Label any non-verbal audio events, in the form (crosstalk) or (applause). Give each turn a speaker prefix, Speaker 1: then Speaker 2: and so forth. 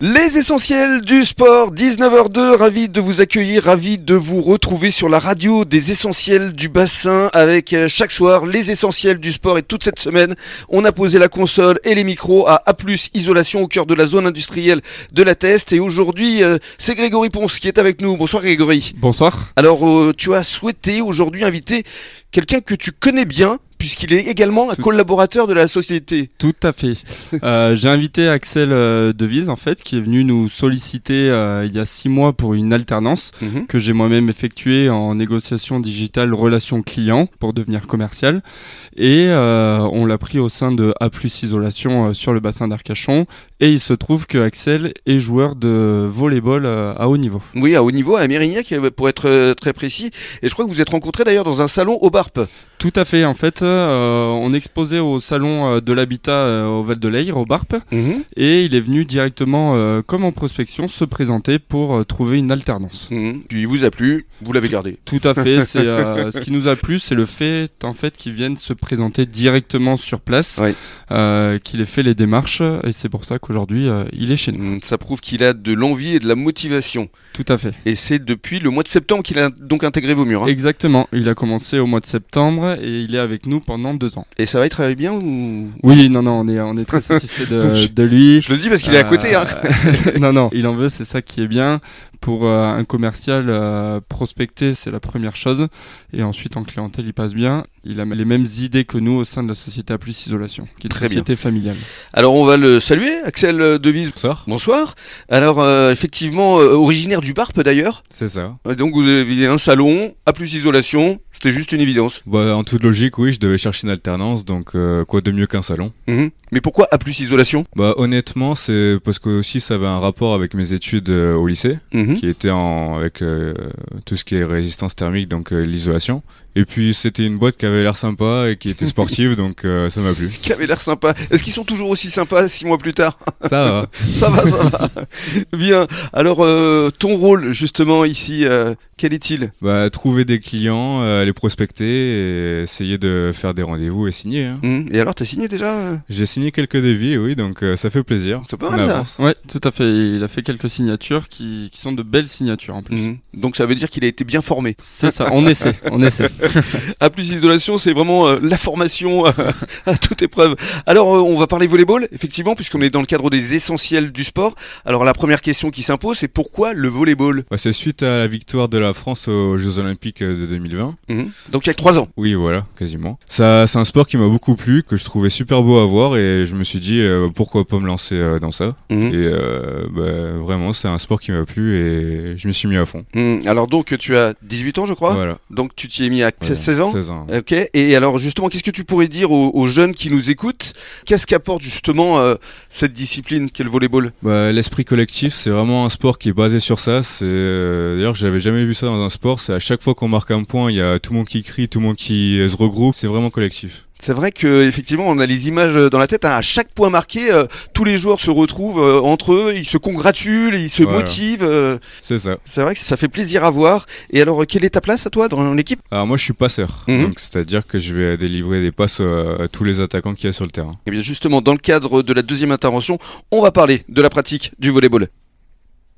Speaker 1: Les essentiels du sport, 19h02, ravi de vous accueillir, ravi de vous retrouver sur la radio des essentiels du bassin avec euh, chaque soir les essentiels du sport et toute cette semaine, on a posé la console et les micros à A+, isolation au cœur de la zone industrielle de la Teste et aujourd'hui, euh, c'est Grégory Ponce qui est avec nous. Bonsoir Grégory.
Speaker 2: Bonsoir.
Speaker 1: Alors, euh, tu as souhaité aujourd'hui inviter quelqu'un que tu connais bien puisqu'il est également un
Speaker 2: Tout-
Speaker 1: collaborateur de la société.
Speaker 2: Tout à fait. Euh, J'ai invité Axel euh, Devise, en fait, qui est venu nous solliciter euh, il y a six mois pour une alternance que j'ai moi-même effectuée en négociation digitale relation client pour devenir commercial. Et euh, on l'a pris au sein de A Isolation euh, sur le bassin d'Arcachon. Et il se trouve que Axel est joueur de volleyball euh, à haut niveau.
Speaker 1: Oui, à haut niveau, à Mérignac, euh, pour être euh, très précis. Et je crois que vous êtes rencontrés d'ailleurs dans un salon au Barp.
Speaker 2: Tout à fait. En fait, euh, on exposait au salon euh, de l'habitat euh, au Val de l'Aire, au Barp.
Speaker 1: Mhm.
Speaker 2: Et il est venu directement, euh, comme en prospection, se présenter pour euh, trouver une alternance.
Speaker 1: Mhm. Puis il vous a plu, vous l'avez (laughs) gardé.
Speaker 2: Tout à fait, c'est euh, ce qui nous a plu, c'est le fait en fait qu'ils viennent se présenter directement sur place,
Speaker 1: Oui.
Speaker 2: euh, qu'il ait fait les démarches, et c'est pour ça qu'aujourd'hui euh, il est chez nous.
Speaker 1: Mhm. Ça prouve qu'il a de l'envie et de la motivation.
Speaker 2: Tout à fait.
Speaker 1: Et c'est depuis le mois de septembre qu'il a donc intégré vos murs. hein.
Speaker 2: Exactement. Il a commencé au mois de septembre et il est avec nous pendant deux ans.
Speaker 1: Et, ça va, il travaille bien ou...
Speaker 2: Oui, non, non, on est on est très
Speaker 1: (laughs)
Speaker 2: satisfait de,
Speaker 1: Je-
Speaker 2: de lui.
Speaker 1: Je le dis parce qu'il est à
Speaker 2: Euh,
Speaker 1: côté. Hein.
Speaker 2: (laughs) non, non, il en veut, c'est ça qui est bien. Pour euh, un commercial, euh, prospecter, c'est la première chose. Et ensuite, en clientèle, il passe bien. Il a les mêmes idées que nous au sein de la société à plus isolation, qui est
Speaker 1: Très
Speaker 2: une société familiale.
Speaker 1: Alors on va le saluer, Axel euh, Devise.
Speaker 3: Bonsoir.
Speaker 1: Bonsoir. Alors euh, effectivement, euh, originaire du Barp d'ailleurs.
Speaker 3: C'est ça.
Speaker 1: Euh, Donc vous avez un salon, à plus isolation, c'était juste une évidence.
Speaker 3: Bah, en toute logique, oui, je devais chercher une alternance, donc euh, quoi de mieux qu'un salon
Speaker 1: Mhm. Mais pourquoi à plus isolation
Speaker 3: Bah, honnêtement, c'est parce que aussi ça avait un rapport avec mes études euh, au lycée,
Speaker 1: Mhm.
Speaker 3: qui étaient en, avec euh, tout ce qui est résistance thermique, donc euh, l'isolation. Et puis, c'était une boîte qui avait l'air sympa et qui était sportive, (laughs) donc euh, ça m'a plu.
Speaker 1: qui avait l'air sympa. Est-ce qu'ils sont toujours aussi sympas six mois plus tard (laughs)
Speaker 3: Ça va.
Speaker 1: Ça va, ça va. (laughs) Bien. Alors, euh, ton rôle justement ici, euh, quel est-il
Speaker 3: Bah, trouver des clients, euh, les prospecter et essayer de faire des rendez-vous et signer. hein.
Speaker 1: Hum, Et alors, t'as signé déjà euh
Speaker 3: J'ai signé quelques devis, oui, donc euh, ça fait plaisir.
Speaker 1: C'est pas
Speaker 3: On
Speaker 1: mal, ça.
Speaker 3: avance.
Speaker 2: Ouais, tout à fait. Il a fait quelques signatures qui, qui sont de belles signatures en plus.
Speaker 1: Hum. Donc, ça veut dire qu'il a été bien formé.
Speaker 2: C'est ça, on essaie, on essaie.
Speaker 1: À plus isolation, c'est vraiment euh, la formation (laughs) euh, à toute épreuve. Alors, euh, on va parler volleyball, effectivement, puisqu'on est dans le cadre des essentiels du sport. Alors, la première question qui s'impose, c'est pourquoi le volleyball
Speaker 3: Bah, c'est suite à la victoire de la France aux Jeux Olympiques euh, de 2020.
Speaker 1: Hum. Donc, il y a que trois ans.
Speaker 3: Oui, voilà, quasiment. Ça, c'est un sport qui m'a beaucoup plu, que je trouvais super beau à voir, et je me suis dit euh, pourquoi pas me lancer euh, dans ça.
Speaker 1: Hum.
Speaker 3: Et euh, bah, vraiment, c'est un sport qui m'a plu et je m'y suis mis à fond.
Speaker 1: Hum. Alors, donc, tu as 18 ans, je crois.
Speaker 3: voilà.
Speaker 1: Donc, tu t'y es mis à
Speaker 3: Voilà.
Speaker 1: 16 ans
Speaker 3: 16 ans.
Speaker 1: Ok, et alors justement, qu'est-ce que tu pourrais dire aux, aux jeunes qui nous écoutent Qu'est-ce qu'apporte justement euh, cette discipline qu'est le volleyball
Speaker 3: Bah, l'esprit collectif, c'est vraiment un sport qui est basé sur ça. C'est euh, d'ailleurs, j'avais jamais vu ça dans un sport. C'est à chaque fois qu'on marque un point, il y a tout le monde qui crie, tout le monde qui euh, se regroupe. C'est vraiment collectif.
Speaker 1: C'est vrai que effectivement, on a les images euh, dans la tête. hein. À chaque point marqué, euh, tous les joueurs se retrouvent euh, entre eux, ils se congratulent, ils se
Speaker 3: Voilà.
Speaker 1: motivent. euh,
Speaker 3: C'est ça.
Speaker 1: c'est vrai que ça fait plaisir à voir. Et alors, euh, quelle est ta place à toi dans l'équipe
Speaker 3: Alors moi, je suis passeur,
Speaker 1: Mhm.
Speaker 3: donc c'est-à-dire que je vais délivrer des passes euh, à tous les attaquants qu'il y a sur le terrain.
Speaker 1: Eh bien, justement, dans le cadre de la deuxième intervention, on va parler de la pratique du volleyball.